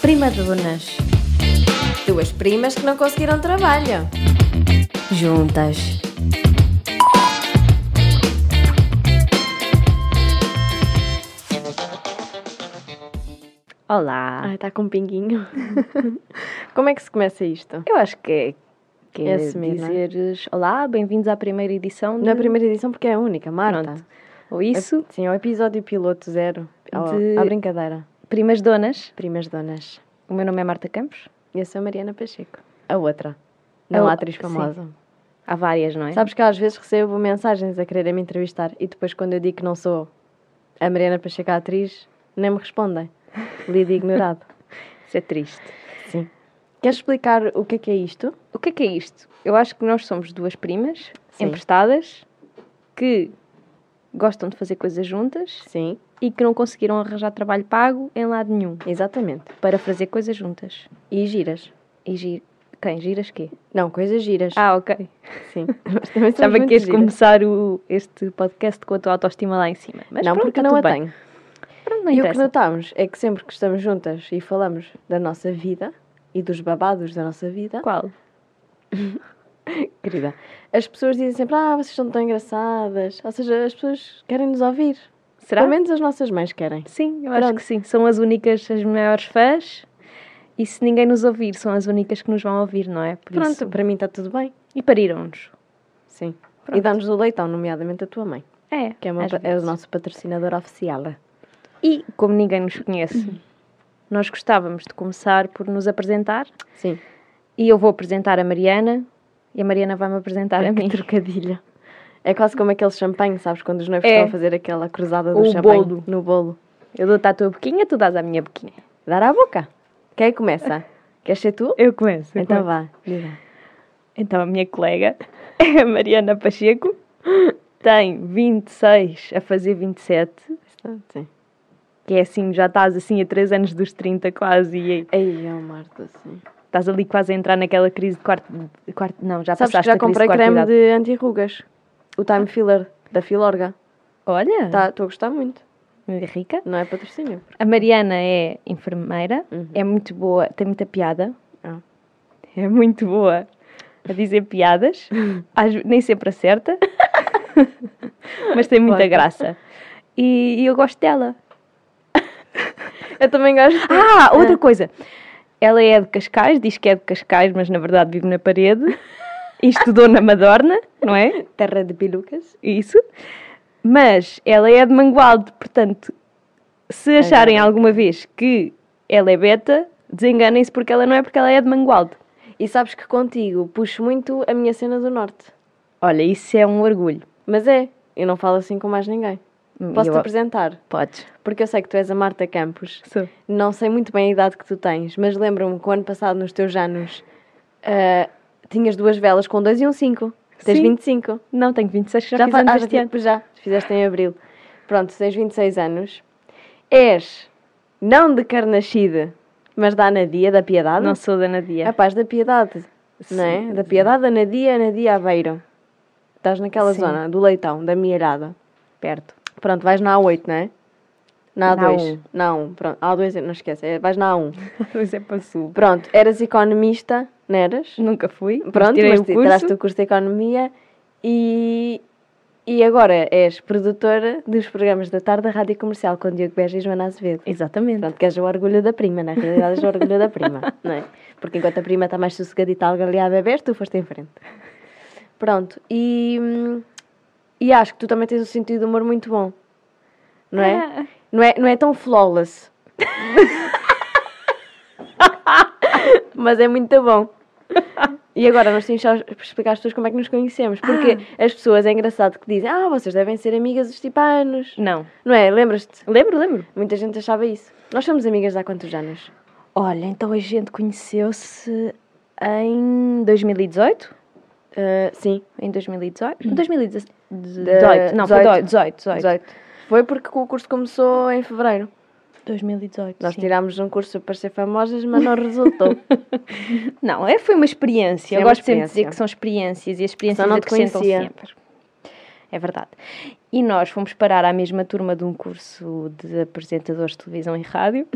Primadonas. Duas primas que não conseguiram trabalho. Juntas. Olá. Ai, está com um pinguinho. Como é que se começa isto? Eu acho que é, que é É assumir, não é? dizeres olá, bem-vindos à primeira edição de... Na primeira edição, porque é a única, Marta. Pronto. Ou isso, Sim, é o episódio piloto zero. Ao- De- À brincadeira. primas donas. Primas donas. O meu nome é Marta Campos. Eu sou a Mariana Pacheco. A outra. Não é o- a atriz famosa. Há várias, não é? Sabes que eu às vezes recebo mensagens a quererem me entrevistar e depois quando eu digo que não sou a Mariana Pacheco a atriz, nem me respondem. Lido ignorado. Isso é triste. Sim. Queres explicar o que é que é isto? O que é que é isto? Eu acho que nós somos duas primas Sim. emprestadas que gostam de fazer coisas juntas Sim, e que não conseguiram arranjar trabalho pago em lado nenhum exatamente. para fazer coisas juntas. E giras. E gi... Quem? Giras quê? Não, coisas giras. Ah, ok. sim. Mas também somos Estava muito que ias giras. começar o, este podcast com a tua autoestima lá em cima. Mas não, pronto, porque tá não a tudo bem. tenho. Pronto, não e o que interessa. notámos é que sempre que estamos juntas e falamos da nossa vida e dos babados da nossa vida, Qual? querida, as pessoas dizem sempre: Ah, vocês são tão engraçadas. Ou seja, as pessoas querem nos ouvir. Será? Pelo menos as nossas mães querem. Sim, eu acho Pronto. que sim. São as únicas, as maiores fãs. E se ninguém nos ouvir, são as únicas que nos vão ouvir, não é? Por Pronto, isso- para mim está tudo bem. E pariram-nos. Sim. Pronto. E dá-nos o leitão, nomeadamente a tua mãe, É, que é, uma, às pa- é o vezes. nosso patrocinador oficial. E como ninguém nos conhece, nós gostávamos de começar por nos apresentar. Sim. E eu vou apresentar a Mariana e a Mariana vai-me apresentar a mim. Que trocadilho. É quase como aquele champanhe, sabes? Quando os noivos É. estão a fazer aquela cruzada do O champanhe bolo. no bolo. Eu dou-te à tua boquinha, tu dás à minha boquinha. Dar à boca. Quem é começa? Queres ser tu? Eu começo. Então Então, vá. vá. diz lá. então a minha colega é a Mariana Pacheco. Tem 26 a fazer 27. Sim. Que é assim, já estás assim a 3 anos dos 30 quase e Aí, oh, Marta, sim. estás ali quase a entrar naquela crise de quarto... de quarto não, já Sabes que passaste já a crise comprei de quarta creme idade. de anti-rugas. O Time Filler, da Filorga. Olha, Estou a gostar muito. rica. Não é patrocínio. A Mariana é enfermeira, Uhum. é muito boa, tem muita piada. Ah. É muito boa a dizer piadas, às ve- nem sempre acerta, mas tem muita Gosto. graça. E, e eu gosto dela. Eu também gosto. Ah, outra coisa. Ela é de Cascais, diz que é de Cascais, mas na verdade vive na parede. E estudou na Madorna, não é? Terra de perucas. Isso. Mas ela é de Mangualde, portanto, se acharem alguma vez que ela é beta, desenganem-se porque ela não é, porque ela é de Mangualde. E sabes que contigo puxo muito a minha cena do norte. Olha, isso é um orgulho. Mas é, eu não falo assim com mais ninguém. Posso-te Hum, Eu- apresentar? Podes. Porque eu sei que tu és a Marta Campos. Sou. Não sei muito bem a idade que tu tens, mas lembro-me que o ano passado, nos teus anos, ah, tinhas duas velas com dois e um cinco. Tens Sim. 25. Não, tenho 26, já, Já fiz fa- anos ah, este ano. tipo, já. Fizeste em abril. Pronto, tens 26 anos. És não de Carnaxide, mas da Anadia, da Piedade. Não sou da Nadia. A paz É da Piedade, não é? Da Piedade, Anadia, Anadia Aveiro. Estás naquela Sim. zona do Leitão, da Miarada. Perto. Pronto, vais na A8, não é? Na Na A2. A1. Na A1, pronto. A2, não esquece. é- Vais na A1. Mas é para o sul. Pronto, eras economista, não eras? Nunca fui. mas Pronto, tirei mas o ti- curso. tiraste o curso de Economia e, e agora és produtora dos programas da tarde da Rádio Comercial com Diogo Beja e Joana Azevedo. Exatamente. Pronto, que és o orgulho da prima, na realidade és o orgulho da prima, não é? Porque enquanto a prima está mais sossegadita a algalear bebés, tu foste em frente. Pronto, e, hum, e acho que tu também tens um sentido de humor muito bom, não é? Ah. Não é, não é tão flawless. Mas é muito bom. E agora nós temos só de explicar às pessoas como é que nos conhecemos. Porque as pessoas, é engraçado que dizem, ah, vocês devem ser amigas dos tipo há anos. Não. Não é? Lembras-te? Lembro, lembro. Muita gente achava isso. Nós somos amigas há quantos anos? Olha, então a gente conheceu-se em 2018? Ah, sim, Em 2018? 2018. Hum. De- Não, foi 18. 18. 18. 18. Foi porque o curso começou em fevereiro. 2018. Nós sim. tirámos um curso para ser famosas, mas não resultou. Não, é, foi uma experiência. Sim, é Eu uma gosto sempre de dizer experiência. que são experiências e as experiências Só não te acrescentam conhecia. sempre. É verdade. E nós fomos parar à mesma turma de um curso de apresentadores de televisão e rádio.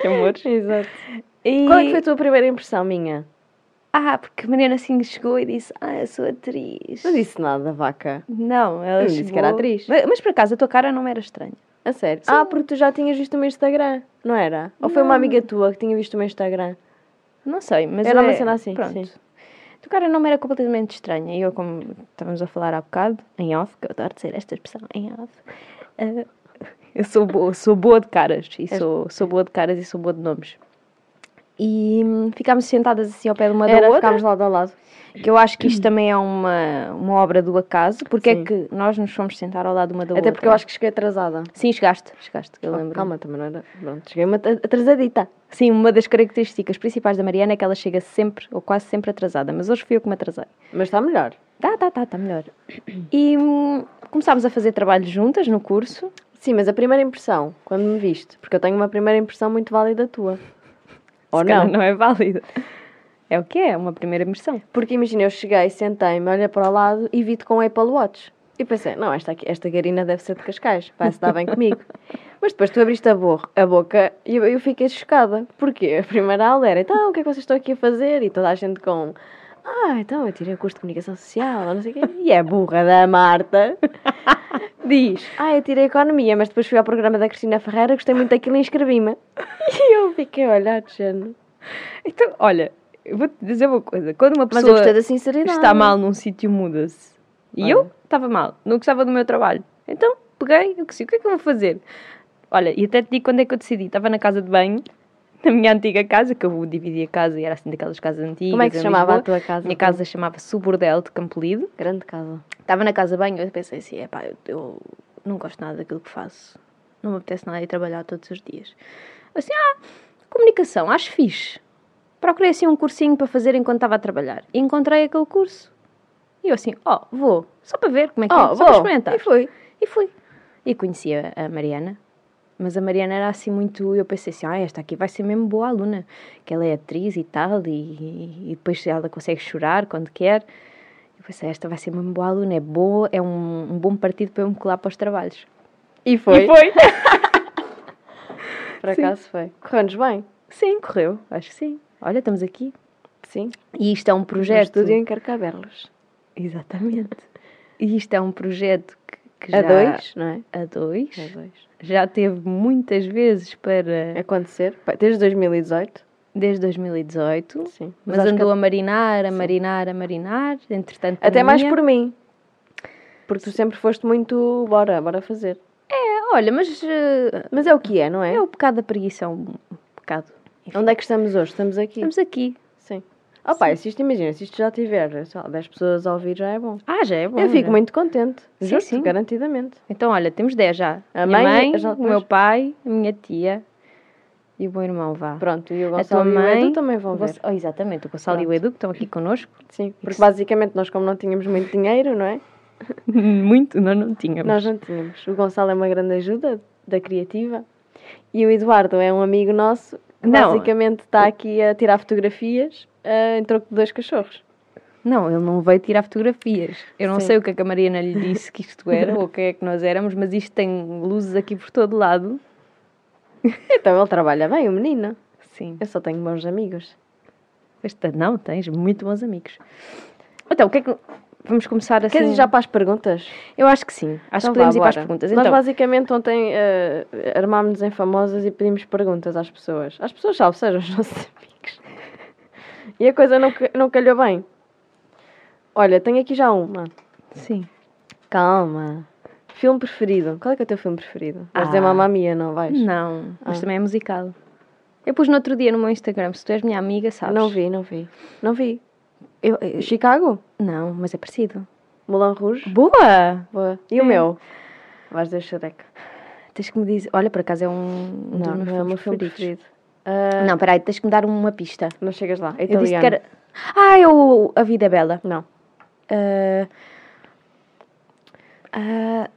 que amores. Exato. E... Qual é que foi a tua primeira impressão, minha? Ah, porque a menina assim chegou e disse: Ah, eu sou atriz. Não disse nada, vaca. Não, ela Eu chegou... disse que era atriz. Mas, mas por acaso a tua cara não era estranha. A sério? Ah, porque tu já tinhas visto o meu Instagram, não era? Ou foi uma amiga tua que tinha visto o meu Instagram? Não sei, mas. Era uma é- cena assim, Pronto. sim. A tua cara não me um era completamente estranha. E eu, como estávamos a falar há bocado, em off, que eu adoro dizer esta expressão, em off. eh, eu sou boa, sou boa de caras. E sou, sou boa de caras e sou boa de nomes. E hum, ficámos sentadas assim ao pé de uma da Era, outra. ficámos lado a lado. Que eu acho que isto também é uma, uma obra do acaso. Porque é Sim. que nós nos fomos sentar ao lado uma da outra. Até porque eu acho que cheguei atrasada. Sim, chegaste, chegaste, que eu Oh, lembro. Calma, também não era. Pronto, cheguei uma atrasadita. Sim, uma das características principais da Mariana é que ela chega sempre, ou quase sempre atrasada, mas hoje fui eu que me atrasei. Mas está melhor. Tá, tá, tá, tá melhor. E hum, começámos a fazer trabalho juntas no curso. Sim, mas a primeira impressão, quando me viste, porque eu tenho uma primeira impressão muito válida tua. Ou Se calhar não? não é válida. É o que é, é uma primeira imersão. Porque imagina, eu cheguei, sentei-me, olhei para o lado e vi-te com o Apple Watch. E pensei, não, esta, aqui, esta garina deve ser de Cascais, vai se dar bem comigo. Mas depois tu abriste a, bo- a boca e eu, eu fiquei chocada. Porque a primeira aula era, então, o que é que vocês estão aqui a fazer? E toda a gente com, ah, então eu tirei o curso de comunicação social, ou não sei o quê. E a burra da Marta diz, ah, eu tirei economia, mas depois fui ao programa da Cristina Ferreira, gostei muito daquilo e inscrevi-me. E eu fiquei a olhar, de género. Então, olha, eu vou-te dizer uma coisa. Quando uma Mas eu pessoa gostei da sinceridade. está mal num sítio, muda-se. E Olha. eu estava mal, não gostava do meu trabalho. Então, peguei, eu disse, o que é que eu vou fazer? Olha, e até te digo quando é que eu decidi. Estava na casa de banho, na minha antiga casa, que eu dividi a casa e era assim daquelas casas antigas. Como é que se em chamava a Lisboa. tua casa? Minha casa chamava-se o Bordel de Campolide. Grande casa. Estava na casa de banho eu pensei assim, epá, eu, eu não gosto nada daquilo que faço. Não me apetece nada ir trabalhar todos os dias. Assim, ah, comunicação, acho fixe. Procurei assim um cursinho para fazer enquanto estava a trabalhar. E encontrei aquele curso. E eu assim, ó, vou. Só para ver como é que é. Oh, Só para vou. experimentar. E fui. E fui. E conheci a, a Mariana. Mas a Mariana era assim muito. Eu pensei assim, ah, esta aqui vai ser mesmo boa aluna. Que ela é atriz e tal, e, e depois ela consegue chorar quando quer. Eu pensei, esta vai ser mesmo boa aluna, é boa, é um, um bom partido para eu me colar para os trabalhos. E foi. E foi! Por acaso foi. Correu-nos bem. sim, correu, acho que sim. Olha, estamos aqui. Sim. E isto é um Já projeto. estúdio em Carcavelos. Exatamente. E isto é um projeto que, que A já. dois, não é? A A dois. dois. Já teve muitas vezes para. Acontecer. Pá, Desde 2018. Desde 2018. Sim. Mas, andou a marinar, a marinar, a marinar, entretanto. é- é- Até mais comia. por mim. Porque tu sempre foste muito. Bora, bora fazer. É, olha, mas eh, Mas é o que é, não é? é o pecado da preguiça, um pecado. Enfim, Onde é que estamos hoje? Estamos aqui. Estamos aqui. Sim. Oh, pá, se isto, imagina, se isto já tiver sei lá, 10 pessoas a ouvir, já é bom. né? Ah, já é bom. Eu fico já. muito contente. Sim, Justo, sim. garantidamente. Então, olha, temos 10 já. A minha mãe, mãe, as o outras. meu pai, a minha tia e o meu irmão vá. Pronto, e o A tua Gonçalo e o mãe. Edu também vão o ver. Gonç- Oh, exatamente, o Gonçalo e o Pronto. Edu que estão aqui connosco. Sim, porque basicamente nós, como não tínhamos muito dinheiro, não é? muito, nós não tínhamos. Nós não tínhamos. O Gonçalo é uma grande ajuda da criativa e o Eduardo é um amigo nosso que Não. basicamente está aqui a tirar fotografias ah, em troco de dois cachorros. Não, ele não veio tirar fotografias. Eu não Sim. sei o que é que a Mariana lhe disse que isto era ou quem é que nós éramos, mas isto tem luzes aqui por todo lado. Então ele trabalha bem, o menino. Sim. Eu só tenho bons amigos. Esta não, tens muito bons amigos. Então, o que é que. Vamos começar assim. Queres ir já para as perguntas? Eu acho que sim. Acho Então que podemos vá, ir para as bora. perguntas. Nós Então, basicamente ontem ah, armámos-nos em famosas e pedimos perguntas às pessoas. Às pessoas, salve sejam os nossos amigos. E a coisa não, ca- não calhou bem. Olha, tenho aqui já uma. sim. Calma. Filme preferido. Qual é que é o teu filme preferido? Vais Ah. dizer Mamma Mia, não vais? Não, mas Ah. também é musical. Eu pus no outro dia no meu Instagram, se tu és minha amiga, sabes? Não vi, não vi. Não vi. Eu- eu- eh, Chicago? não, mas é parecido. Moulin Rouge? Boa! Boa. E o meu? Vais dizer Shrek. Tens que me dizer. Olha, por acaso é um. um dos Não, meus não é o meu filmes filme preferidos. preferido. Ah, Não, peraí, tens que me dar uma pista. não chegas lá. É Eu disse italiano. que era. Ah, é o A Vida é Bela. Não. Ah, ah,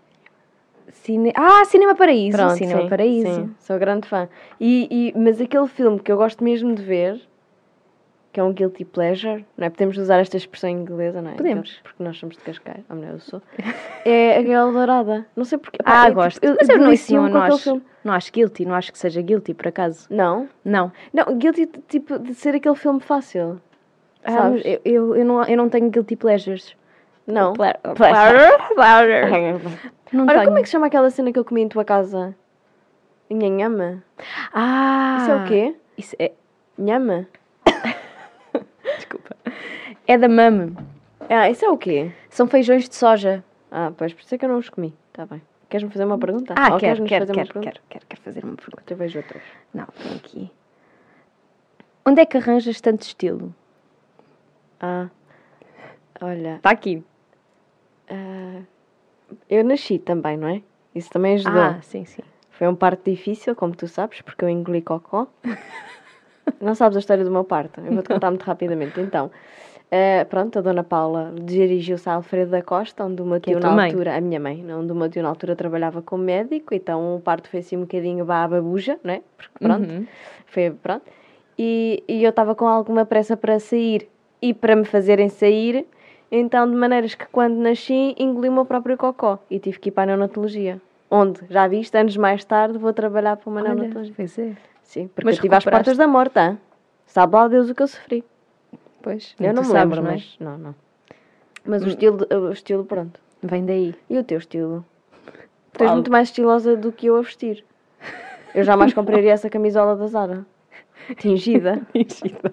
cine... ah, Cinema é um Paraíso. Cinema sim, Paraíso. sim. Sou grande fã. E, e- mas aquele filme que eu gosto mesmo de ver que é um guilty pleasure, não é? Podemos usar esta expressão inglesa, não é? Podemos. Porque nós somos de Cascais, ou melhor, eu sou. É a Gaiola Dourada. Não sei porquê. Pá, Ah, é, tipo, gosto. eu- Mas eu não, isso delicio-me não, com não, aquele acho, filme. não acho guilty, não acho que seja guilty, por acaso. Não? Não. Não, guilty, de- tipo, de ser aquele filme fácil. Ah, Sabes? mas eu, eu, eu não, eu não tenho guilty pleasures. Não. Ple- Pleasure. pleasure. Não Olha, tenho. como é que se chama aquela cena que eu comi em tua casa? Nhanhama? Ah! Isso é o quê? Isso é... Nhama? Desculpa. É da mame. Ah, isso é o quê? São feijões de soja. Ah, pois, por isso é que eu não os comi. Tá bem. Queres-me fazer uma pergunta? Ah, Ou quero, queres-nos quero, fazer quero, uma pergunta? quero, quero, quero fazer uma pergunta. Eu vejo outras. Não, tem aqui. Onde é que arranjas tanto estilo? Ah, olha, Está Tá aqui. ah, eu nasci também, não é? Isso também ajudou. Ah, sim, sim. Foi um parto difícil, como tu sabes, porque eu engoli cocó. Não sabes a história do meu parto. Eu vou-te contar muito rapidamente. Então, eh, pronto, a dona Paula dirigiu-se a Alfredo da Costa, onde o meu Que é tio a na tua mãe? altura... A minha mãe. não, Onde o meu tio na altura trabalhava como médico. Então, o parto foi assim um bocadinho vá à babuja, não é? Porque pronto, Uhum. foi pronto. E, e eu estava com alguma pressa para sair e para me fazerem sair. Então, de maneiras que quando nasci, engoli o meu próprio cocó e tive que ir para a neonatologia. Onde, já viste, anos mais tarde, vou trabalhar para uma Olha, neonatologia. pois é. Sim, porque Mas eu tive às recuperaste? portas da morte, hã? Sabe lá Deus o que eu sofri. Pois. eu não tu me sabes, lembro, não é? Hum. mas... Não, não. Mas o estilo, de- o estilo, pronto. Vem daí. E o teu estilo? Tu és Qual? muito mais estilosa do que eu a vestir. Eu jamais compraria essa camisola da Zara. Tingida. Gira.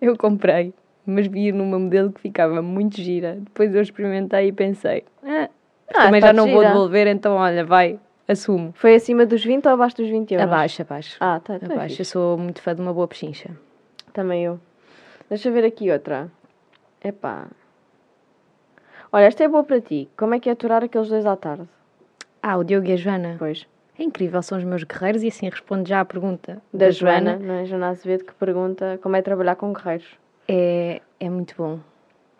Eu comprei, mas vi numa modelo que ficava muito gira. Depois eu experimentei e pensei, ah, Ah, também está já não vou gira. devolver, então olha, vai, assumo. Foi acima dos 20 ou abaixo dos 20 euros? Abaixo, abaixo. Ah, tá, tá abaixo. fixe. Eu sou muito fã de uma boa pechincha. Também eu. Deixa eu ver aqui outra. Epá. Olha, esta é boa para ti. Como é que é aturar aqueles dois à tarde? Ah, o Diogo e a Joana. Pois. É incrível, são os meus guerreiros e assim respondo já à pergunta Da, Joana, não é? Joana Azevedo, que pergunta como é trabalhar com guerreiros. É, é muito bom.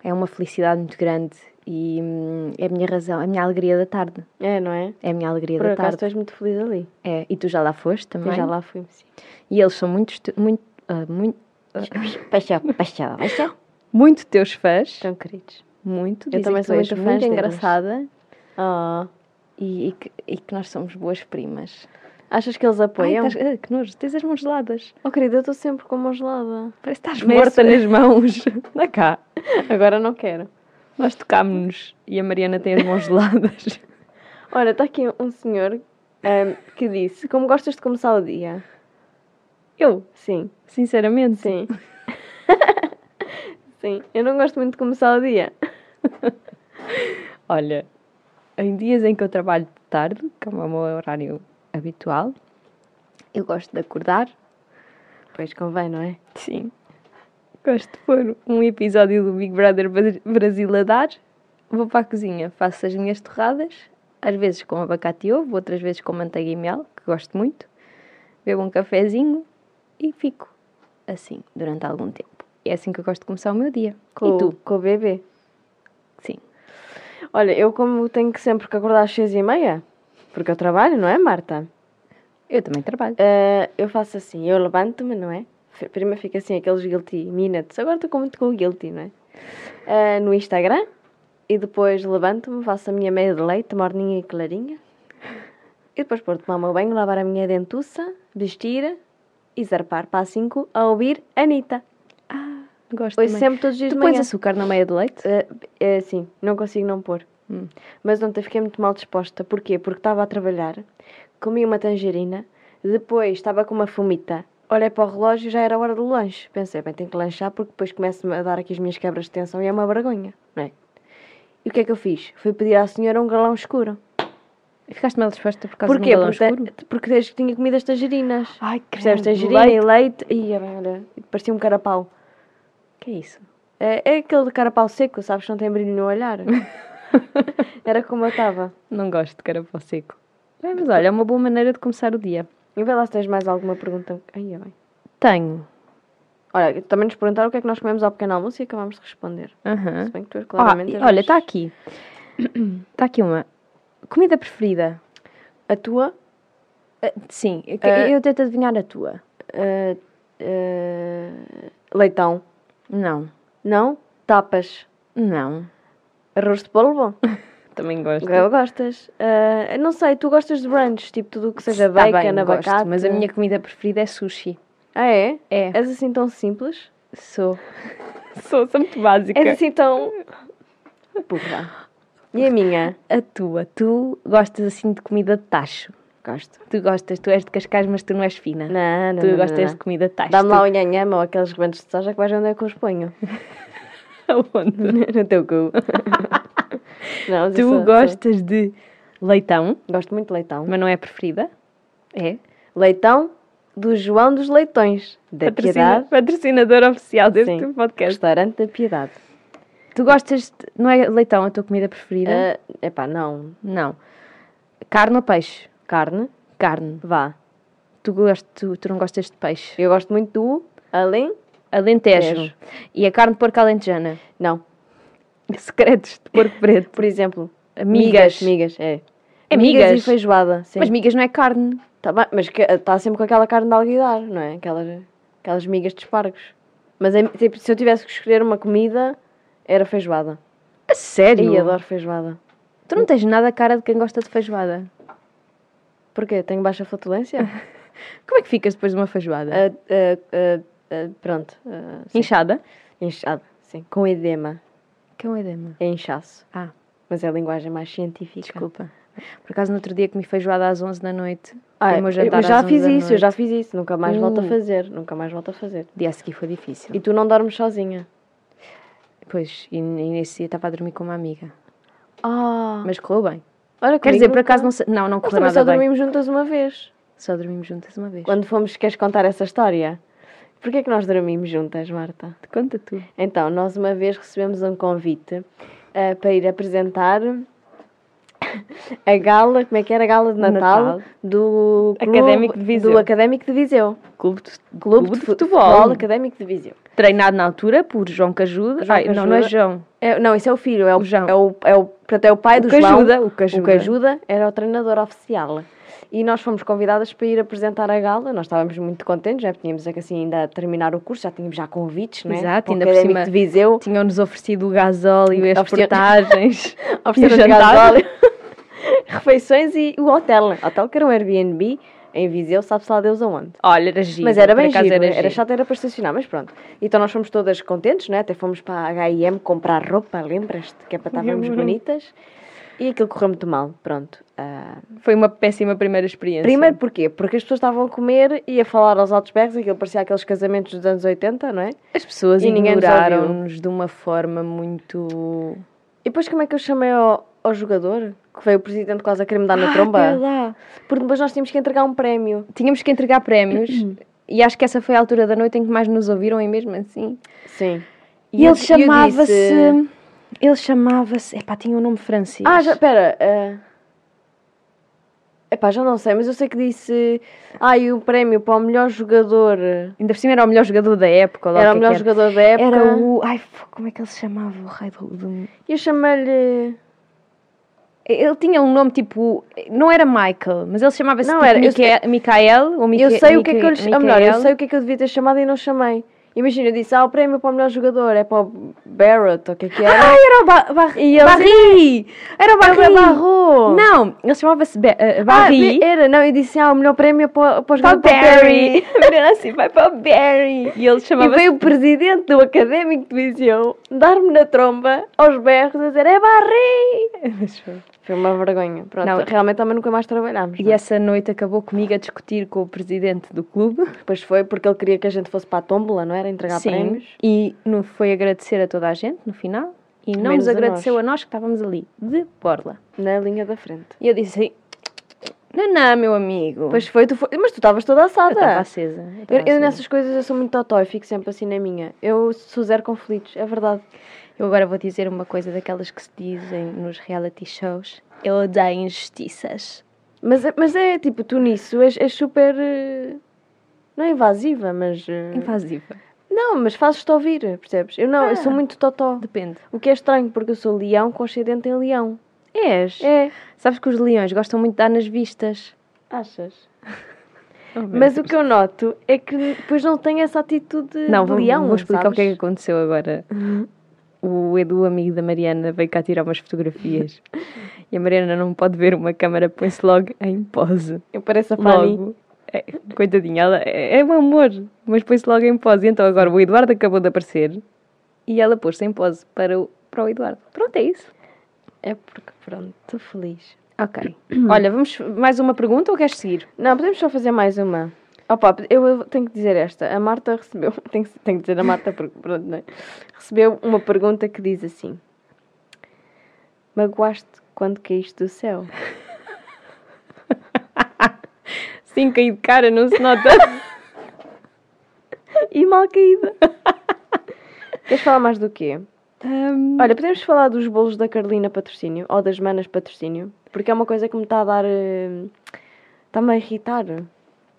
É uma felicidade muito grande e hum, é a minha razão, é a minha alegria da tarde. É, não é? É a minha alegria Por da acaso tarde. tu és muito feliz ali. É, e tu já lá foste Eu também? já lá fui. Sim. E eles são muito, estu- muito, ah, muito, Paixão, paixão, paixão. muito teus fãs. Estão queridos. Muito. Eu dizem também que sou tu és muito fã muito deles. engraçada Ah. e, e que, e que nós somos boas primas. Achas que eles Ai, apoiam? estás- ah, que nojo, tens as mãos geladas. Oh, querida, eu estou sempre com a mão gelada. Parece que estás Mas- morta nas mãos. Dá cá. Agora não quero. Nós tocámos-nos e a Mariana tem as mãos geladas. Olha, está aqui um senhor ahm, que disse: Como gostas de começar o dia? Eu, Sim, sinceramente. sim. sim, eu não gosto muito de começar o dia. Olha, em dias em que eu trabalho de tarde, como é o meu horário habitual, eu gosto de acordar. Pois convém, não é? Sim. Gosto de pôr um episódio do Big Brother Bra- Brasil a dar. Vou para a cozinha, faço as minhas torradas, às vezes com abacate e ovo, outras vezes com manteiga e mel, que gosto muito. Bebo um cafezinho e fico assim durante algum tempo. E é assim que eu gosto de começar o meu dia. Com, E o- tu? Com o bebê. Sim. Olha, eu como tenho que sempre que acordar às seis e meia, porque eu trabalho, não é, Marta? Eu também trabalho. Ah, eu faço assim, eu levanto-me, não é? F- Primeiro fica assim aqueles guilty minutes. Agora estou com muito com o guilty, não é? Ah, no Instagram. E depois levanto-me, faço a minha meia de leite, morninha e clarinha. E depois pôr tomar o meu banho, lavar a minha dentuça, vestir e zarpar para as 5 a ouvir Anitta. Ah, Gosto Hoje também. sempre todos os dias Tu de pões manhã. açúcar na meia de leite? Ah, é, sim, não consigo não pôr. Hum. Mas ontem fiquei muito mal disposta. Porquê? Porque estava a trabalhar, comi uma tangerina, depois estava com uma fumita. Olhei para o relógio e já era hora do lanche. Pensei, bem, tenho que lanchar porque depois começo-me a dar aqui as minhas quebras de tensão e é uma vergonha, não é? E o que é que eu fiz? Fui pedir à senhora um galão escuro. Ficaste mal disposta por causa Porquê? do balão Porque, escuro? Ah, te- porque desde que tinha comido as tangerinas. Ai, Percebes? Tangerina e leite. Ia bem, olha, parecia um carapau. Que é isso? É, é aquele carapau seco, sabes? que Não tem brilho no olhar. era como eu estava. Não gosto de carapau seco. É, mas olha, é uma boa maneira de começar o dia. E vê lá se tens mais alguma pergunta. Ai, ai, bem. Tenho. Olha, também nos perguntaram o que é que nós comemos ao pequeno almoço e acabámos de responder. Aham. Se bem que tu Ah, claramente. e- és olha, mais- está aqui. Está aqui uma. Comida preferida? A tua. Ah, sim, eu, Ah. eu tento adivinhar a tua. ah, ah, eh, Leitão. Não. Não? Tapas. Não. Arroz de polvo? Também gosto. Eu gostas. Ah, eu não sei, tu gostas de brunch, tipo tudo o que seja Está bacon, Tá bem, abacate. gosto, mas a minha comida preferida é sushi. Ah, é? É. És assim tão simples? Sou. sou, sou muito básica. És assim tão... Burra. E a minha? A tua. Tu gostas assim de comida de tacho. Gosto. Tu gostas, tu és de Cascais, mas tu não és fina. Não, não, tu não, não, gostas não. de comida de tacho. Dá-me lá o nhanhama ou aqueles rebentos de soja que vais onde é que eu os ponho. Tu, Aonde? no teu cu. não, mas eu tu sou- gostas de leitão, sou- Gosto muito de leitão. mas não é preferida. É. Leitão do João dos Leitões. Da É. Patrocina, Piedade. patrocinador oficial deste Sim. podcast. Restaurante da Piedade. Tu gostas, de, não é leitão a tua comida preferida? É epá, não. Não. Carne ou peixe? Carne, Carne. vá. Tu, gostas, tu, tu não gostas de peixe? Eu gosto muito do além. Alentejo. Tejo. E a carne de porco alentejana? Não. Secretos de porco preto. Por exemplo, Migas. Migas, é. É migas? e feijoada, sim. Mas Mas migas não é carne. tá bem, mas está sempre com aquela carne de alguidar, não é? Aquelas, aquelas migas de espargos. Mas é, tipo, se eu tivesse que escolher uma comida, era feijoada. A sério? E adoro feijoada. Tu não tens nada a cara de quem gosta de feijoada. Porquê? Tenho baixa flatulência? Como é que ficas depois de uma feijoada? Ah, ah, ah, ah, pronto. ah, sim. Inchada? Inchado, sim. Com edema. Que é um edema. É inchaço. Ah, Mas é a linguagem mais científica. desculpa. Por acaso, no outro dia comi feijoada às 11 da noite. Ah, Foi o meu jantar eu já às 11 fiz da isso, eu noite. já fiz isso. Nunca mais volto Hum. a fazer. Nunca mais volto a fazer. O dia a seguir foi difícil. E tu não dormes sozinha. Pois, e, e nesse dia estava a dormir com uma amiga. Ah, Mas correu bem. olha Quer dizer, por acaso, não sei. Não, não Nós correu também nada só bem. dormimos juntas uma vez. Só dormimos juntas uma vez. Quando fomos, queres contar essa história? Porquê que nós dormimos juntas, Marta? Conta tu. Então, nós uma vez recebemos um convite ah, para ir apresentar a gala, como é que era a gala de Natal, Natal. do Académico de Viseu. do Académico de Viseu. Clube de, Clube, Clube de, de fu- futebol. Académico de Viseu. Treinado na altura por João Cajuda. João Ai, não, não é Cajuda. João. É, não, isso é o filho, é o, O João. É o, é o, portanto, é o pai O do que João. ajuda, o que ajuda. ajuda era o treinador oficial. E nós fomos convidadas para ir apresentar a gala, nós estávamos muito contentes, já tínhamos assim, ainda a terminar o curso, já tínhamos já convites, não é? Exato, Para o ainda por Académico cima- de Viseu, Tinham-nos oferecido o gasóleo e as Ofereciam- portagens. ofereceram E o jantar. refeições e o hotel. Hotel que era um Airbnb em Viseu, sabe-se lá Deus aonde. Olha, era giro. Mas era por bem acaso giro, era, giro. chato, era para estacionar, mas pronto. Então nós fomos todas contentes, né? até fomos para a H&M comprar roupa, lembras-te? Que é para estarmos Lembro-me. bonitas. E aquilo correu muito mal, pronto. Ah, Foi uma péssima primeira experiência. primeiro porquê? Porque as pessoas estavam a comer e a falar aos altos berros, aquilo parecia aqueles casamentos dos anos 80, não é? As pessoas E ninguém nos ignoraram-nos de uma forma muito. E depois como é que eu chamei ao, ao jogador? Que veio o presidente quase a querer me dar Ah, na é tromba? Porque depois nós tínhamos que entregar um prémio. Tínhamos que entregar prémios e acho que essa foi a altura da noite em que mais nos ouviram e mesmo assim. Sim. E ele chamava-se. Ele chamava-se. Epá, tinha um nome francês. Ah, já, pera. eh, Epá, já não sei, mas eu sei que disse. Ai, o prémio para o melhor jogador. Ainda por cima era o melhor jogador da época. ou lá Era o que é melhor que jogador da época. Era o. Ai, fo- como é que ele se chamava? O rei do. do- E eu chamei-lhe. Ele tinha um nome tipo. Não era Michael, mas ele chamava-se Não, tipo era- eu Mica- Micael. Ou Mica... Eu sei o que é que eu lhe. Mica- Ou melhor, eu Micael. sei o que é que eu devia ter chamado e não chamei. Imagina, eu disse: Ah, o prémio para o melhor jogador é para o Barrett, ou o que é que era? Ai, era o ba Bar- E ele- Barry! Era o Ah, Barry! Ele barrou! Não, ele chamava-se Be- eh, Ah, Barry. era, não, eu disse: Ah, o melhor prémio é para, para o para o jogador Barry! Era assim, vai para o Barry! E ele E chamava-se. veio o presidente do Académico de Viseu dar-me na tromba, aos berros, a dizer: É Barry! assim, Foi uma vergonha. Pronto, Não. realmente também nunca mais trabalhámos. E não é? essa noite acabou comigo a discutir com o presidente do clube. Depois foi porque ele queria que a gente fosse para a tómbola, não era? Entregar prémios. E não foi agradecer a toda a gente no final. E não Menos nos a agradeceu nós. a nós que estávamos ali, de borla. Na linha da frente. E eu disse assim: Não, não, meu amigo. Depois foi, tu foi... mas tu estavas toda tá. eu estava assada. acesa. Eu, estava eu acesa. nessas coisas eu sou muito totó e fico sempre assim na minha. Eu sou zero conflitos, é verdade. Eu agora vou dizer uma coisa daquelas que se dizem nos reality shows. Eu odeio injustiças. Mas, é- mas é tipo, tu nisso és, és super. eh, Não é invasiva, mas. eh, Invasiva. Não, mas fazes-te ouvir, percebes? Eu não, eu Ah. sou muito totó. Depende. O que é estranho, porque eu sou leão com ascendente em leão. És? É. Sabes que os leões gostam muito de dar nas vistas. Achas? Oh, meu Mas o Deus. que eu noto é que depois não tem essa atitude Não, de vou, leão, vou explicar o que é que sabes? aconteceu agora. O Edu, amigo da Mariana, veio cá tirar umas fotografias. e a Mariana não pode ver uma câmara, põe-se logo em pose. Eu pareço a Fanny. Logo. É, coitadinha, ela é, é um amor, mas põe-se logo em pose. E Então agora o Eduardo acabou de aparecer e ela pôs-se em pose para o, para o Eduardo. Pronto, é isso. É porque, pronto, estou feliz. Ok. Olha, vamos mais uma pergunta ou queres seguir? Não, podemos só fazer mais uma. Opa, eu, eu tenho que dizer esta. A Marta recebeu, tenho que, tenho que dizer a Marta, porque pronto, não é? Recebeu uma pergunta que diz assim: Magoaste quando caíste do céu? Sim, caí de cara, não se nota. E mal caída. Queres falar mais do quê? Hum, Olha, podemos falar dos bolos da Carolina Patrocínio ou das Manas Patrocínio, porque é uma coisa que me está a dar. eh, está-me a irritar.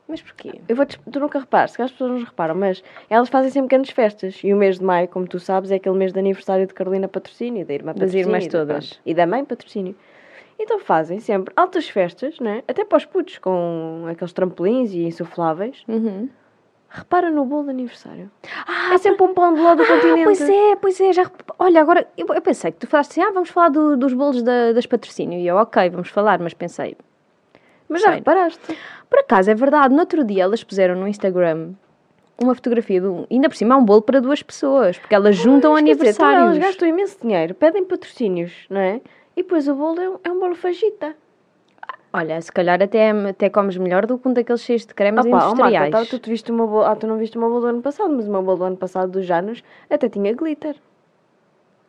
mas porquê? Eu vou te, tu nunca repares, se calhar as pessoas não reparam, mas elas fazem sempre grandes festas. E o mês de maio, como tu sabes, é aquele mês de aniversário de Carolina Patrocínio, da irmã Das Patrocínio. irmãs da- pronto, todas. E da mãe Patrocínio. Então fazem sempre altas festas, né? até para os putos, com aqueles trampolins e insufláveis. Uhum. Repara no bolo de aniversário. Ah, É sempre um pão de ló do continente. Pois é, pois é. Já... rep- Olha, agora eu, eu pensei que tu falaste assim: ah, vamos falar do- dos bolos da- das patrocínio. E eu, ok, vamos falar, mas pensei, Mas já Sei. reparaste? por acaso é verdade, no outro dia elas puseram no Instagram uma fotografia de um. Ainda por cima é um bolo para duas pessoas, porque elas juntam Mas, quer dizer, então aniversários. Elas gastam imenso dinheiro, pedem patrocínios, não é? E depois o bolo é um, é um bolo fagita. Olha, se calhar até, até comes melhor do que um daqueles cheios de cremes Opa, ó Marta, industriais. tá- tu, te viste uma bolo, ah, tu não viste uma bolo do ano passado, mas uma bolo do ano passado dos Janos até tinha glitter.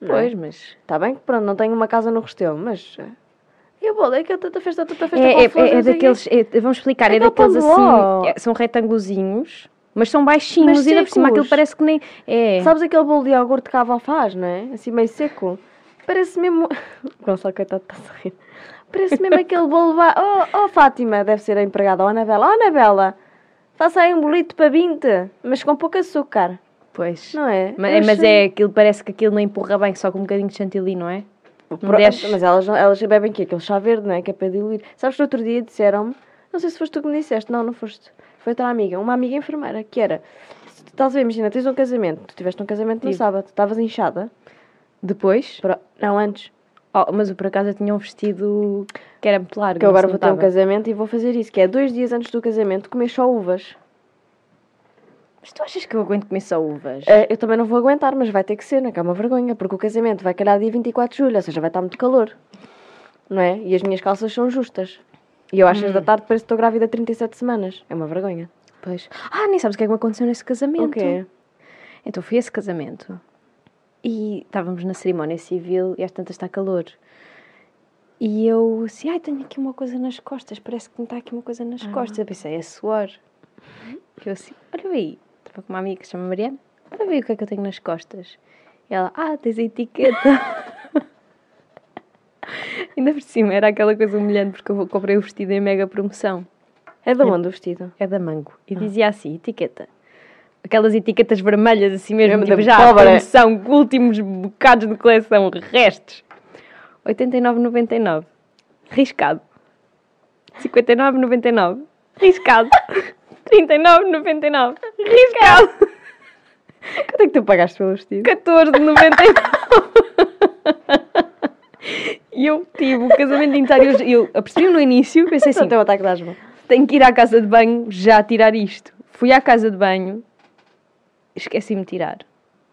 é? Pois, mas. Está bem que pronto, não tenho uma casa no Restelo, mas... eh, E o bolo? É que é tanta festa, tanta festa É, com é- flores, é não sei o quê. daqueles. é- vamos explicar, é, É que é o pão daqueles de ló. assim. é, são retângulozinhos, mas são baixinhos Mas e ainda por cima secos. aquilo parece que nem. É. Sabes aquele bolo de iogurte que a avó faz, não é? Assim meio seco. Parece mesmo... O Gonçalo, coitado, está a rir. Parece mesmo aquele bolo... ba- Oh, oh, Fátima, deve ser a empregada. Oh, Anabela, oh, Anabela, faça aí um bolito para 20, mas com pouco açúcar, Pois. não é? Ma- Eu Mas, achei- é aquilo, parece que aquilo não empurra bem, só com um bocadinho de chantilly, não é? Não Pro- desce. Mas elas, não- elas bebem aqui, aquele chá verde, não é? Que é para diluir. Sabes que no outro dia disseram-me, não sei se foste tu que me disseste, não, não foste. Foi outra amiga, uma amiga enfermeira, que era, se tu estás a ver, imagina, tens um casamento, tu tiveste um casamento no Tive. sábado, estavas inchada, Depois. pro- não antes, Oh, mas eu por acaso eu tinha um vestido que era muito largo. porque eu não agora se vou ter um notava. casamento e vou fazer isso, que é dois dias antes do casamento comer só uvas. Mas tu achas que eu aguento comer só uvas? Eh, eu também não vou aguentar, mas vai ter que ser, não é? Que é uma vergonha, porque o casamento vai calhar dia 24 de julho, ou seja, vai estar muito calor, não é? E as minhas calças são justas. E eu às Hum. seis da tarde parece que estou grávida de 37 semanas. É uma vergonha. Pois. Ah, nem sabes o que é que me aconteceu nesse casamento. O quê? Então fui a esse casamento e estávamos na cerimónia civil e às tantas está calor. E eu assim, ai, tenho aqui uma coisa nas costas, parece que me está aqui uma coisa nas costas. Eu pensei, é suor. E eu assim, olha aí, estava com uma amiga que se chama Mariana, olha bem o que é que eu tenho nas costas. E ela, ah, tens a etiqueta. Ainda por cima, era aquela coisa humilhante porque eu comprei o vestido em mega promoção É de onde o vestido? é da Mango. E Ah. dizia assim, etiqueta. Aquelas etiquetas vermelhas, assim mesmo, Mesmo tipo, da já à pobre. promoção, últimos bocados de coleção, restos. 89,99. Riscado. 59,99. Riscado. 39,99. Riscado. Quanto é que tu pagaste pelo vestido? 14,99. E eu tive o casamento inteiro. Eu apercebi-me no início, pensei assim: Só tem um ataque de asma. tenho que ir à casa de banho já tirar isto. Fui à casa de banho, esqueci-me de tirar.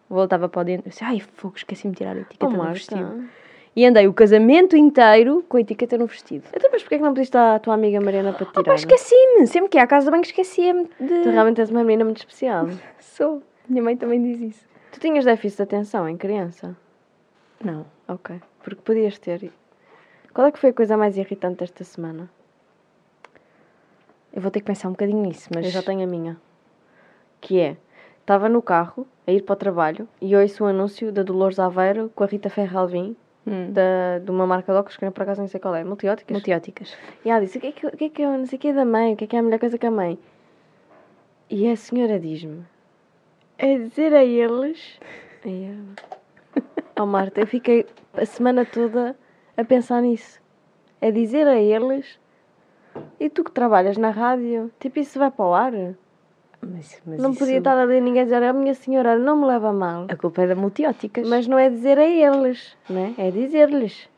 Voltava para dentro, disse, ai fogo, esqueci-me de tirar a etiqueta Oh, no Marta. vestido. E andei o casamento inteiro com a etiqueta no vestido. Então, mas porquê é que não pediste à tua amiga Mariana para te tirar? Opa, esqueci-me, sempre Oh, que ia à casa de banho esquecia-me Tu de... realmente és uma menina muito especial. Sou, minha mãe também diz isso. tu tinhas déficit de atenção em criança? Não. Ok. Porque podias ter. Qual é que foi a coisa mais irritante esta semana? Eu vou ter que pensar um bocadinho nisso, mas... Eu já tenho a minha. Que é, estava no carro, a ir para o trabalho, e ouço um anúncio da Dolores Aveiro com a Rita Ferralvin, Hum. da, de uma marca de óculos que eu por acaso não sei qual é, multióticas? Multióticas. E ela disse: O que é que, o que, é que eu não sei o que é da mãe? O que é que é a melhor coisa que a mãe? E a senhora diz-me: É dizer a eles. A ela. Oh Marta, eu fiquei a semana toda a pensar nisso. É dizer a eles E tu que trabalhas na rádio, tipo, isso vai para o ar? Mas, mas não isso- podia estar ali ninguém a dizer, a minha senhora, não me leva a mal. A culpa é da multióticas. Mas... Mas não é dizer a eles, né? É dizer-lhes.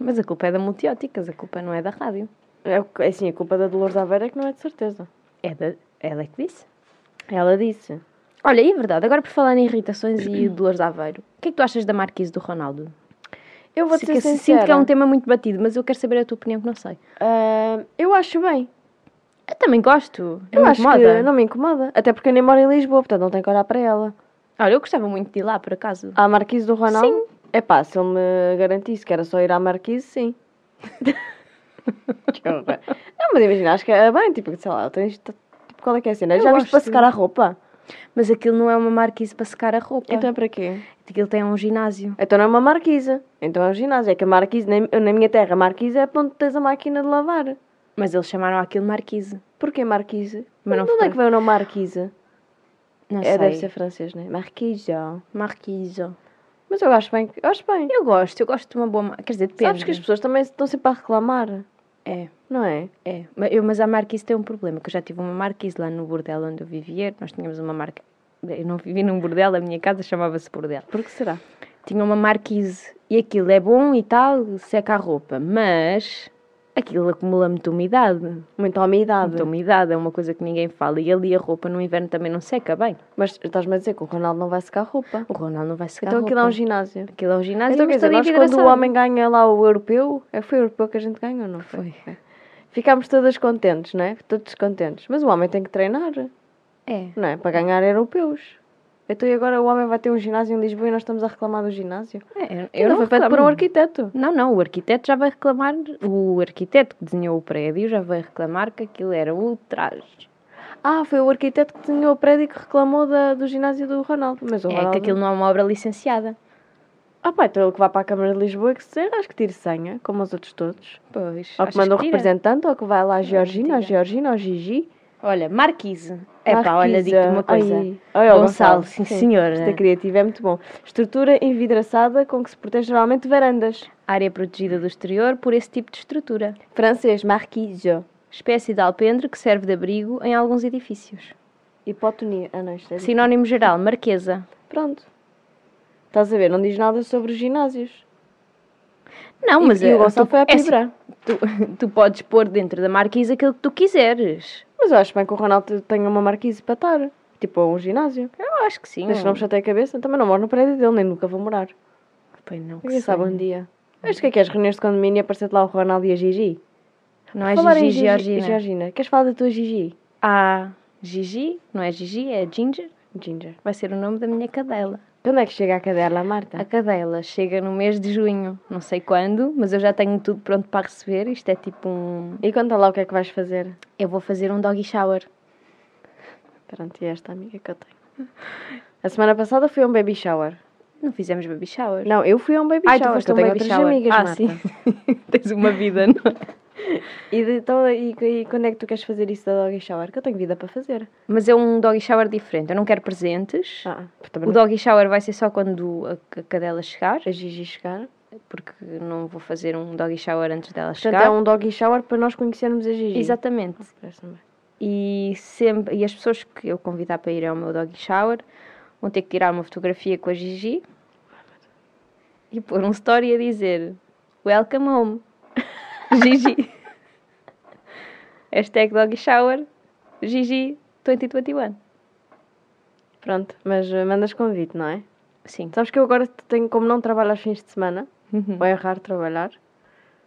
a culpa é da multióticas, a culpa não é da rádio. É, o que- é assim, a culpa da Dolores Aveira é que não é de certeza. É da... Ela é que disse. Ela disse. Olha, e é verdade, agora por falar em irritações e dores de Aveiro, o que é que tu achas da Marquise do Ronaldo? Eu vou Sei ser que- sincera. Sinto que é um tema muito batido, mas eu quero saber a tua opinião que não sei. Ah, eu acho bem. Eu também gosto. Eu acho É moda. que não me incomoda. Até porque eu nem moro em Lisboa, portanto não tenho que olhar para ela. Olha, eu gostava muito de ir lá, por acaso. À Marquise do Ronaldo? É pá, se ele me garantisse que era só ir à Marquise, sim. Que horror. não, mas imagina, acho que é bem, tipo, sei lá, tens. Tipo, qual é que é a cena? Eu Já viste gosto. para secar a roupa? Mas aquilo não é uma marquise para secar a roupa. Então é para quê? Aquilo tem um ginásio. Então não é uma marquise. Então é um ginásio. É que a marquise, na, na minha terra, a marquise é para onde tens a máquina de lavar. Mas eles chamaram aquilo marquise. Porquê marquise? Mas Mas não de onde foi. é que veio o nome marquise? Não É, sei. deve ser francês, né? Marquise. Marquise. Mas eu acho bem. Eu acho bem. Eu gosto, eu gosto de uma boa... ma- Quer dizer, depende. Sabes que as pessoas também estão sempre a reclamar, É, não né? é? é. Mas, eu, mas a marquise tem um problema, que eu já tive uma marquise lá no bordel onde eu vivia. Nós tínhamos uma marca... Eu não vivi num bordel, a minha casa chamava-se bordel. Porque será? tinha uma marquise e aquilo é bom e tal, seca a roupa, mas aquilo acumula muita umidade. Muita umidade. Muita umidade é uma coisa que ninguém fala e ali a roupa no inverno também não seca bem. Mas estás-me a dizer que o Ronaldo não vai secar roupa. O Ronaldo não vai secar então a aquilo roupa. é um ginásio. Aquilo é um ginásio Então quer mas dizer, também nós quando o engraçado. homem ganha lá o europeu, é que foi o europeu que a gente ganhou, não foi? Foi. Ficámos todas contentes, não é? Todos contentes. Mas o homem tem que treinar, É. não é? Para ganhar europeus. Então e agora o homem vai ter um ginásio em Lisboa e nós estamos a reclamar do ginásio? é Eu não foi feito por um arquiteto. Não, não, o arquiteto já vai reclamar, o arquiteto que desenhou o prédio já vai reclamar que aquilo era ultraje. Ah, foi o arquiteto que desenhou o prédio que reclamou da- do ginásio do Ronaldo. Mas o É Ronaldo... que aquilo não é uma obra licenciada. Ah pá, então ele que vá para a Câmara de Lisboa que se... acho que tire senha, como os outros todos. Pois. Ou achas que manda um que tira? representante, ou que vai lá a Georgina, ou tira. Georgina, ou Gigi. Olha, Marquise. É pá, olha, Marquisa. digo-te uma coisa. Ai, ai, ó, Gonçalo, sim, senhora. Esta criativa é muito bom. Estrutura envidraçada com que se protege geralmente varandas. área protegida do exterior por esse tipo de estrutura. Francês, marquise. Espécie de alpendre que serve de abrigo em alguns edifícios. Hipotonia. Ah, não, isto é... Sinónimo geral, marquesa. Pronto. Estás a ver, não diz nada sobre os ginásios. Não, E- mas e, é- o Gonçalo tu- foi à é assim, Pibra. tu, tu podes pôr dentro da marquise aquilo que tu quiseres. Mas eu acho bem que o Ronaldo tenha uma marquise para estar. Tipo, um ginásio. Eu acho que sim. Deixa-me chatear a cabeça. Também não moro no prédio dele, nem nunca vou morar. Pois não, que "Ah, Quem sabe sonho. um dia. Acho que é que é as reuniões de condomínio aparece lá o Ronaldo e a Gigi. Não é Falar Gigi, em Georgina. Georgina. Queres falar da tua Gigi? Ah, Gigi, não é Gigi, é Ginger. Ginger. Vai ser o nome da minha cadela. Quando é que chega a cadela, Marta? A cadela chega no mês de junho. Não sei quando, mas eu já tenho tudo pronto para receber. Isto é tipo um... E conta lá o que é que vais fazer. Eu vou fazer um doggy shower. Perante é esta amiga que eu tenho. A semana passada fui a um baby shower. Não fizemos baby shower. Não, eu fui a um baby Ai, tu shower. que foste a eu um tenho baby outras shower. amigas, ah, Marta. sim. Tens uma vida, não é? E, de- então, e, e quando é que tu queres fazer isso da doggy shower? Que eu tenho vida para fazer. Mas é um doggy shower diferente. Eu não quero presentes. Ah, ah, também o não- doggy shower vai ser só quando a, a cadela chegar, a Gigi chegar. porque não vou fazer um doggy shower antes dela Portanto, chegar. é um doggy shower para nós conhecermos a Gigi. Exatamente. Parece-me bem. E, sempre, e as pessoas que eu convidar para ir ao meu doggy shower vão ter que tirar uma fotografia com a Gigi e pôr um story a dizer Welcome home, Gigi. Hashtag doggy shower, Gigi 2021. Pronto, mas eh, mandas convite, não é? Sim. Sabes que eu agora tenho, como não trabalho aos fins de semana, Uhum. ou é raro trabalhar,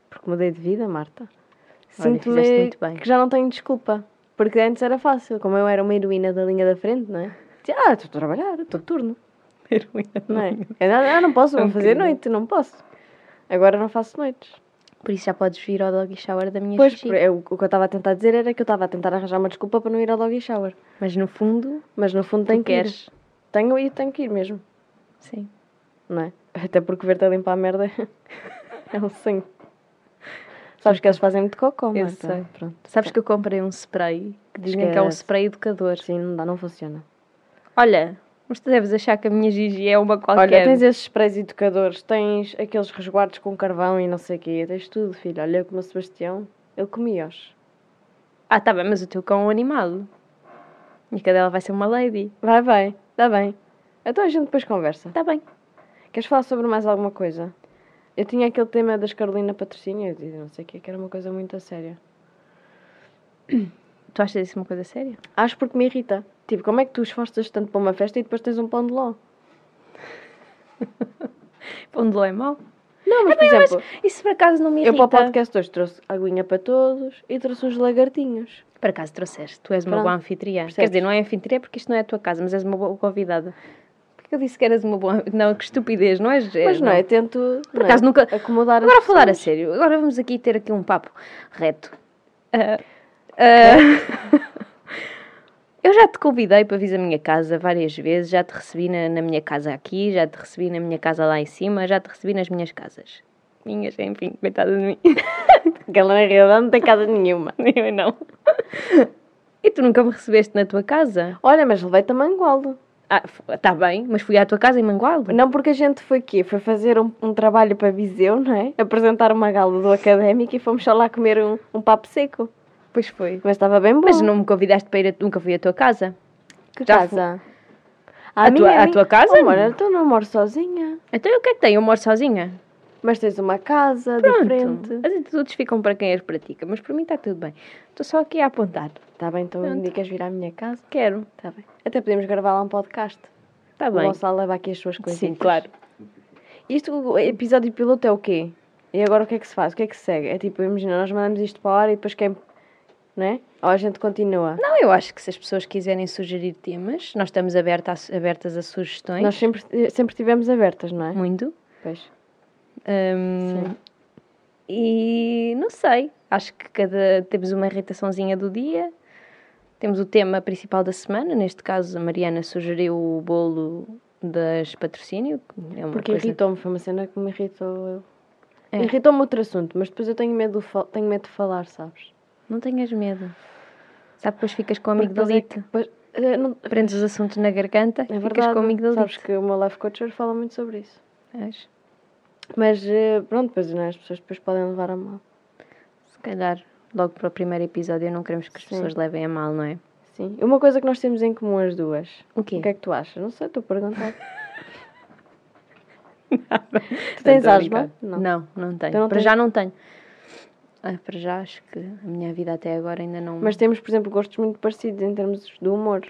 porque mudei de vida, Marta. Olha, fizeste Sinto-me muito bem. que já não tenho desculpa. Porque antes era fácil, como eu era uma heroína da linha da frente, não é? Dizia, ah, estou a trabalhar, estou de turno, não é? Eu, não- ah, não posso, É um vou fazer bocadinho. noite, não posso. Agora não faço noites. Por isso já podes vir ao doggy shower da minha Pois, Gigi. por- eu- o que eu estava a tentar dizer era que eu estava a tentar arranjar uma desculpa para não ir ao doggy shower. Mas no fundo, Mas no fundo tu tenho que ir. queres. Tenho e tenho que ir mesmo, Sim. não é? Até porque ver-te a limpar a merda é um sonho. Sabes que eles fazem muito cocô, Eu Marta. sei. Pronto. Sabes que eu comprei um spray que dizem que é um Esquece. spray educador. Sim, não dá, não funciona. Olha, mas tu deves achar que a minha Gigi é uma Olha, qualquer. tens esses sprays educadores, tens aqueles resguardos com carvão e não sei o quê, tens tudo, filho. Olha, como o Sebastião, ele comia-os. Ah, tá bem, mas o teu cão é um animado. E a cadela vai ser uma lady. Vai, vai, está bem. Então a gente depois conversa. Tá bem. Queres falar sobre mais alguma coisa? Eu tinha aquele tema das Carolina Patrocínio e não sei o que, que era uma coisa muito a séria. Tu achas isso uma coisa séria? Acho porque me irrita. Tipo, como é que tu esforças tanto para uma festa e depois tens um pão de ló? Pão de ló é mau? Não, mas por Bem, mas exemplo, isso por acaso não me eu irrita. para o podcast hoje trouxe aguinha para todos e trouxe uns lagartinhos. Por acaso trouxeste, tu és uma Pronto. boa anfitriã. Quer Percebes? dizer, não é anfitriã porque isto não é a tua casa, mas és uma boa convidada. Porque eu disse que eras uma boa. Não, que estupidez, não és? Mas és, não é, tento não é, acaso nunca- acomodar as Agora a falar a pessoas. sério, agora vamos aqui ter aqui um papo reto. Ah, ah, eu já te convidei para vir à minha casa várias vezes, já te recebi na, na minha casa aqui, já te recebi na minha casa lá em cima, já te recebi nas minhas casas. Minhas, enfim, coitada de mim. Porque ela na realidade assim. não tem casa nenhuma. Eu não. E tu nunca me recebeste na tua casa? Olha, mas levei-te a Mangualdo. Ah, está bem, mas fui à tua casa em Mangualdo. Não porque a gente foi aqui, foi fazer um, um trabalho para Viseu, não é? Apresentar uma gala do académico e fomos só lá comer um, um papo seco. Pois foi. Mas estava bem bom. Mas não me convidaste para ir, a, nunca fui à tua casa. que já casa? A tua- a tua casa? Amor, então não moro sozinha. Então o que é que tem? Eu moro sozinha? Mas tens uma casa Pronto. diferente. As atitudes ficam para quem as pratica, mas para mim está tudo bem. Estou só aqui a apontar. Está bem, então um dia queres vir à minha casa? Quero. Está bem. Até podemos gravar lá um podcast. Está O bem. Gonçalo leva aqui as suas coisas. Sim, claro. Isto, o episódio piloto é o quê? E agora o que é que se faz? O que é que se segue? É tipo, imagina, nós mandamos isto para a hora e depois quem. Não é? Ou a gente continua? Não, eu acho que se as pessoas quiserem sugerir temas, nós estamos aberta a- abertas a sugestões. Nós sempre, sempre tivemos abertas, não é? Muito. Pois. Ahm, e não sei. Acho que cada temos uma irritaçãozinha do dia. Temos o tema principal da semana. Neste caso, a Mariana sugeriu o bolo das patrocínio. que É uma Porque coisa... irritou-me, foi uma cena que me irritou. É. Irritou-me outro assunto, mas depois eu tenho medo de, fal- tenho medo de falar, sabes? Não tenhas medo. Sabe, depois ficas com Porque depois é amigdalite. que depois- eh, não- Prendes os assuntos na garganta É e ficas verdade, com amigdalite. sabes que o meu life coacher fala muito sobre isso. Sabes? Mas eh, pronto, depois não é? as pessoas depois podem levar a mal. Se calhar, logo para o primeiro episódio, não queremos que as Sim. pessoas levem a mal, não é? Sim. Uma coisa que nós temos em comum as duas. O quê? O que é que tu achas? Não sei, estou a perguntar. Tu tens Não, tô a asma? brincar. Não. não, tenho. Então não para tens- já não tenho. Ah, para já acho que a minha vida até agora ainda não. Mas temos, por exemplo, gostos muito parecidos em termos do humor.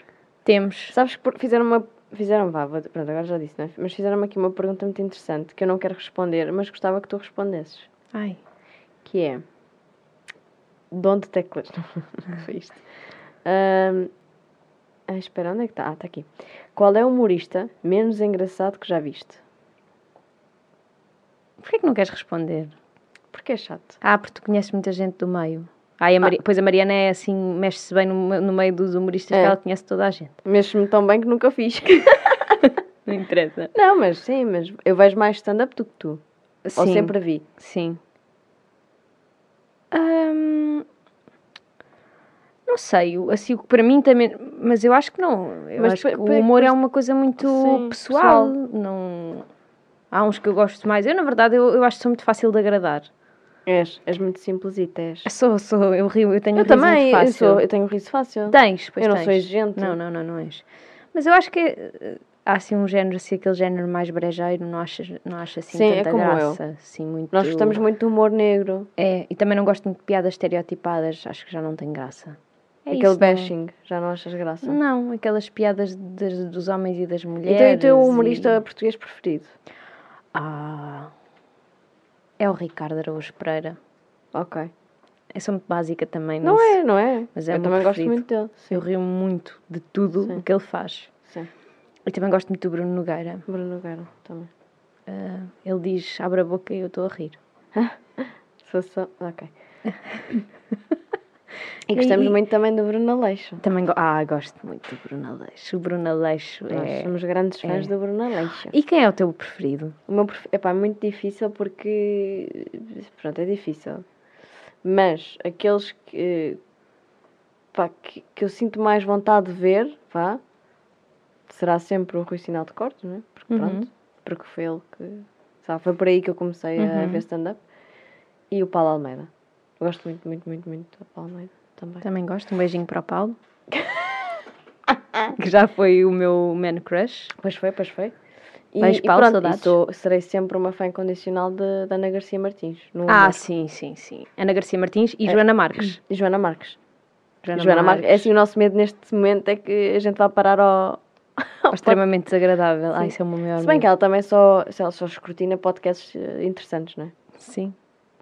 temos. Sabes que por- fizeram uma. Fizeram, vá, vou- pronto, agora já disse, não é? Mas fizeram aqui uma pergunta muito interessante que eu não quero responder, mas gostava que tu respondesses. Ai, Que é. De onde teclas? Não foi isto. Ahm, ah, espera, onde é que está? Ah, está aqui. Qual é o humorista menos engraçado que já viste? porquê que não queres responder? Porque é chato. Ah, porque tu conheces muita gente do meio. Ai, a Mari... Pois a Mariana é assim, mexe-se bem no, me- no meio dos Ah. humoristas É. que ela conhece toda a gente. Mexe-me tão bem que nunca o fiz. Não interessa. não, mas sim, mas eu vejo mais stand-up do que tu. Sim. Ou sempre vi. Sim. Ahm, não sei, o- assim, o que para mim também. Mas eu acho que não. Eu Mas acho pa- que pa- o humor é uma coisa muito Sim, pessoal. pessoal. Não... Há uns que eu gosto mais. Eu, na verdade, eu, eu acho que sou muito fácil de agradar. És, és muito simplesita, és. Sou, sou, eu rio, eu tenho um Eu riso muito também, eu, fácil. sou, eu tenho um riso fácil. Tens, pois eu não tens. sou exigente. Não, não, não, não és. Mas eu acho que eh, há assim um género, assim, aquele género mais brejeiro, não achas, não acho assim Sim, é tanta como eu. graça. Assim, muito... Nós gostamos muito do humor negro. É, e também não gosto muito de piadas estereotipadas, acho que já não tem graça. É aquele isso, bashing. Já não achas graça? Não, é? Não, aquelas piadas das- dos homens e é das mulheres. Então, e o teu e- humorista português preferido? Ah, é o Ricardo Araújo Pereira. Ok. Eu sou muito básica também Não nisso. é, não é? Mas é eu o meu também gosto preferido. muito dele. Eu rio muito de tudo Sim. o que ele faz. Sim. E também gosto muito do Bruno Nogueira. Bruno Nogueira também. Ah, ele diz, abre a boca e eu estou a rir. Sou só... Ok. e gostamos E- muito também do Bruno Aleixo. Também go- ah, gosto muito do Bruno Aleixo. O Bruno Aleixo Nós é... somos grandes fãs é. do Bruno Aleixo. E quem é o teu preferido? O meu prof... Epá, é muito difícil porque. Pronto, é difícil. Mas aqueles que. Pá, que, que eu sinto mais vontade de ver, vá. Será sempre o Rui Sinal de Cortes, não é? Porque Uhum. pronto. Porque foi ele que. Sabe, foi por aí que eu comecei a Uhum. ver stand-up. E o Paulo Almeida. Eu gosto muito, muito, muito, muito do Paulo Almeida. também. Também gosto. Um beijinho para o Paulo. que já foi o meu man crush. Pois foi, pois foi. E, Beijo, e Paulo, pronto, saudades. e sou- serei sempre uma fã incondicional de- da Ana Garcia Martins. No Ah, amor. sim, sim, sim. Ana Garcia Martins e Joana Marques. E Joana Marques. É. Joana Marques. É assim, o nosso medo neste momento é que a gente vá parar ao. ao Extremamente desagradável. Ah, Sim. isso é o meu maior Se bem medo. que ela também só, se ela só escrutina podcasts eh, interessantes, não é? Sim.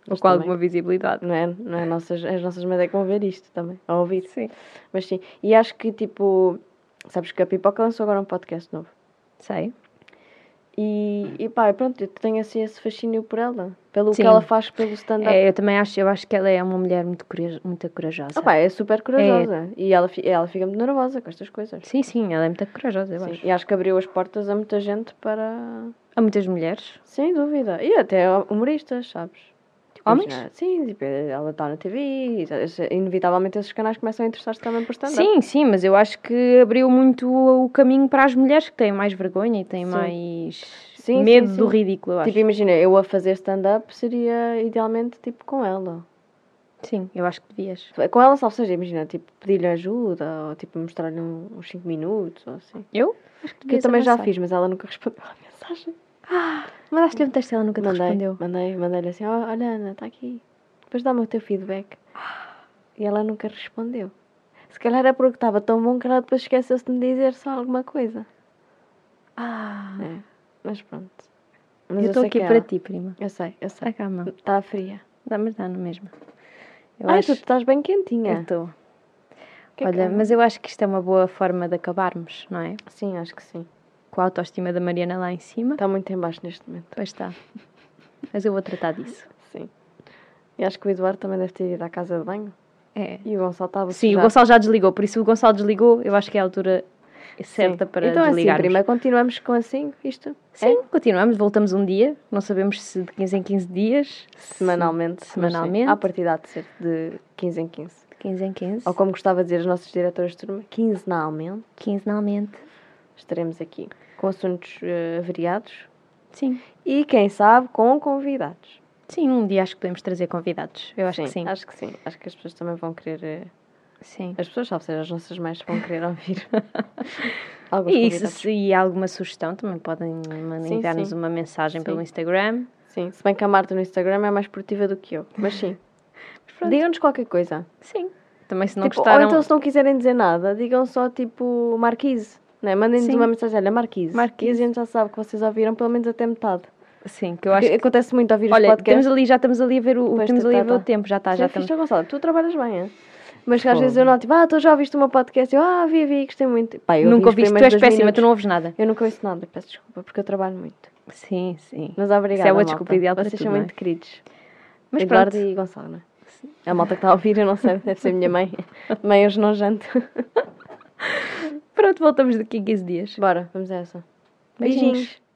Ou Mas com também. alguma visibilidade. Não é? Não é nossas, as nossas mães é que vão ver isto também, a ouvir. Sim. Mas sim, e acho que tipo, sabes que a Pipoca lançou agora um podcast novo. Sei. E, e pá, pronto, eu tenho assim esse fascínio por ela, pelo Sim. que ela faz pelo stand-up. É, eu também acho, eu acho que ela é uma mulher muito, corajo- muito corajosa. Ah pá, é super corajosa. E ela, fi- ela fica muito nervosa com estas coisas. Sim, sim, ela é muito corajosa, eu Sim, acho. E acho que abriu as portas a muita gente para. Há muitas mulheres. Sem dúvida. E até humoristas, sabes? Tipo, Homens? imagina- Sim, tipo, ela está na TV e esse- inevitavelmente esses canais começam a interessar-se também por stand-up. Sim, sim, mas eu acho que abriu muito o caminho para as mulheres que têm mais vergonha e têm Sim. mais Sim, medo sim, do sim. ridículo, eu acho. Tipo, imagina, eu a fazer stand-up seria idealmente tipo com ela. Sim, eu acho que devias. Com ela, salvo seja, imagina, tipo, pedir-lhe ajuda ou tipo mostrar-lhe um- uns 5 minutos ou assim. Eu? Acho que Que eu devias também já avançar. fiz, mas ela nunca respondeu à mensagem. Mandaste-lhe um texto e ela nunca te Mandei, respondeu. mandei, mandei-lhe assim, "Ó, olha Ana, está aqui, depois dá-me o teu feedback. E ela nunca respondeu. Se calhar é porque estava tão bom que ela depois esqueceu-se de me dizer só alguma coisa. Ah, É, mas pronto. eu Mas estou sei aqui que para ela- ti, prima. Eu sei, eu sei. Está cá a mão. Está fria. Dá, mas dá no mesmo. Eu Ai, acho tu estás bem eu quentinha. estou. Que Olha, calma. mas eu acho que isto é uma boa forma de acabarmos, não é? Sim, acho que sim. Com a autoestima da Mariana lá em cima. Está muito em baixo neste momento. Pois tá. está. Mas eu vou tratar disso. Sim. E acho que o Eduardo também deve ter ido à casa de banho. É. E o Gonçalo estava Sim, o Gonçalo já desligou, por isso o Gonçalo desligou, eu acho que é a altura certa é para então, desligarmos. Então assim, prima, continuamos com assim, isto? Sim, continuamos, voltamos um dia, não sabemos se de 15 em 15 dias, Semanalmente. mas sim. Semanalmente. À partida há de ser de 15 em 15. se de 15 em 15, Ou como gostava de dizer as nossas diretoras de turma, quinzenalmente quinzenalmente. estaremos aqui com assuntos eh, variados Sim. e, quem sabe, com convidados. Sim, um dia acho que podemos trazer convidados. Eu acho que sim. Acho que sim. Acho que as pessoas também vão querer. eh, Sim. as pessoas, ou seja, as nossas mães vão querer ouvir. Alguns E se, convidados. se e alguma sugestão também podem Sim, mandar-nos sim. uma mensagem Sim. pelo Instagram. Sim, se bem que a Marta no Instagram é mais produtiva do que eu. Mas sim. pronto. Digam-nos qualquer coisa. Sim. Também se não Tipo, gostaram, Ou então, se não quiserem dizer nada, digam só tipo Marquise. Né? Mandem-nos Sim. uma mensagem, olha, Marquise. Marquise. E a gente já sabe que vocês ouviram pelo menos até metade. sim, que eu acho Porque que Acontece muito ouvir os Olha, podcasts. estamos ali, já estamos ali a ver o, Pois, estamos tá, ali a tá, ver o tá. tempo, já está, já já é fixe, estamos. ó, Gonçalo, tu trabalhas bem, é? Mas que às Fogo. vezes eu não, tipo, ah, tu já ouviste o meu podcast? Eu, ah, vi, vi, gostei muito. Pá, eu Nunca ouvi os ouviste, tu és primeiros dois péssima, tu não minutos. ouves nada. Eu nunca ouço nada, peço desculpa, porque eu trabalho muito. Sim, sim. Mas obrigada, Isso é uma malta. desculpa ideal para Vocês tudo, são não é? muito queridos. Mas Eduardo pronto, e Gonçalo, não é? A malta que está a ouvir, eu não sei, deve ser a minha mãe. mãe, hoje não janto. pronto, voltamos daqui a 15 dias. Bora, vamos a essa. Beijinhos.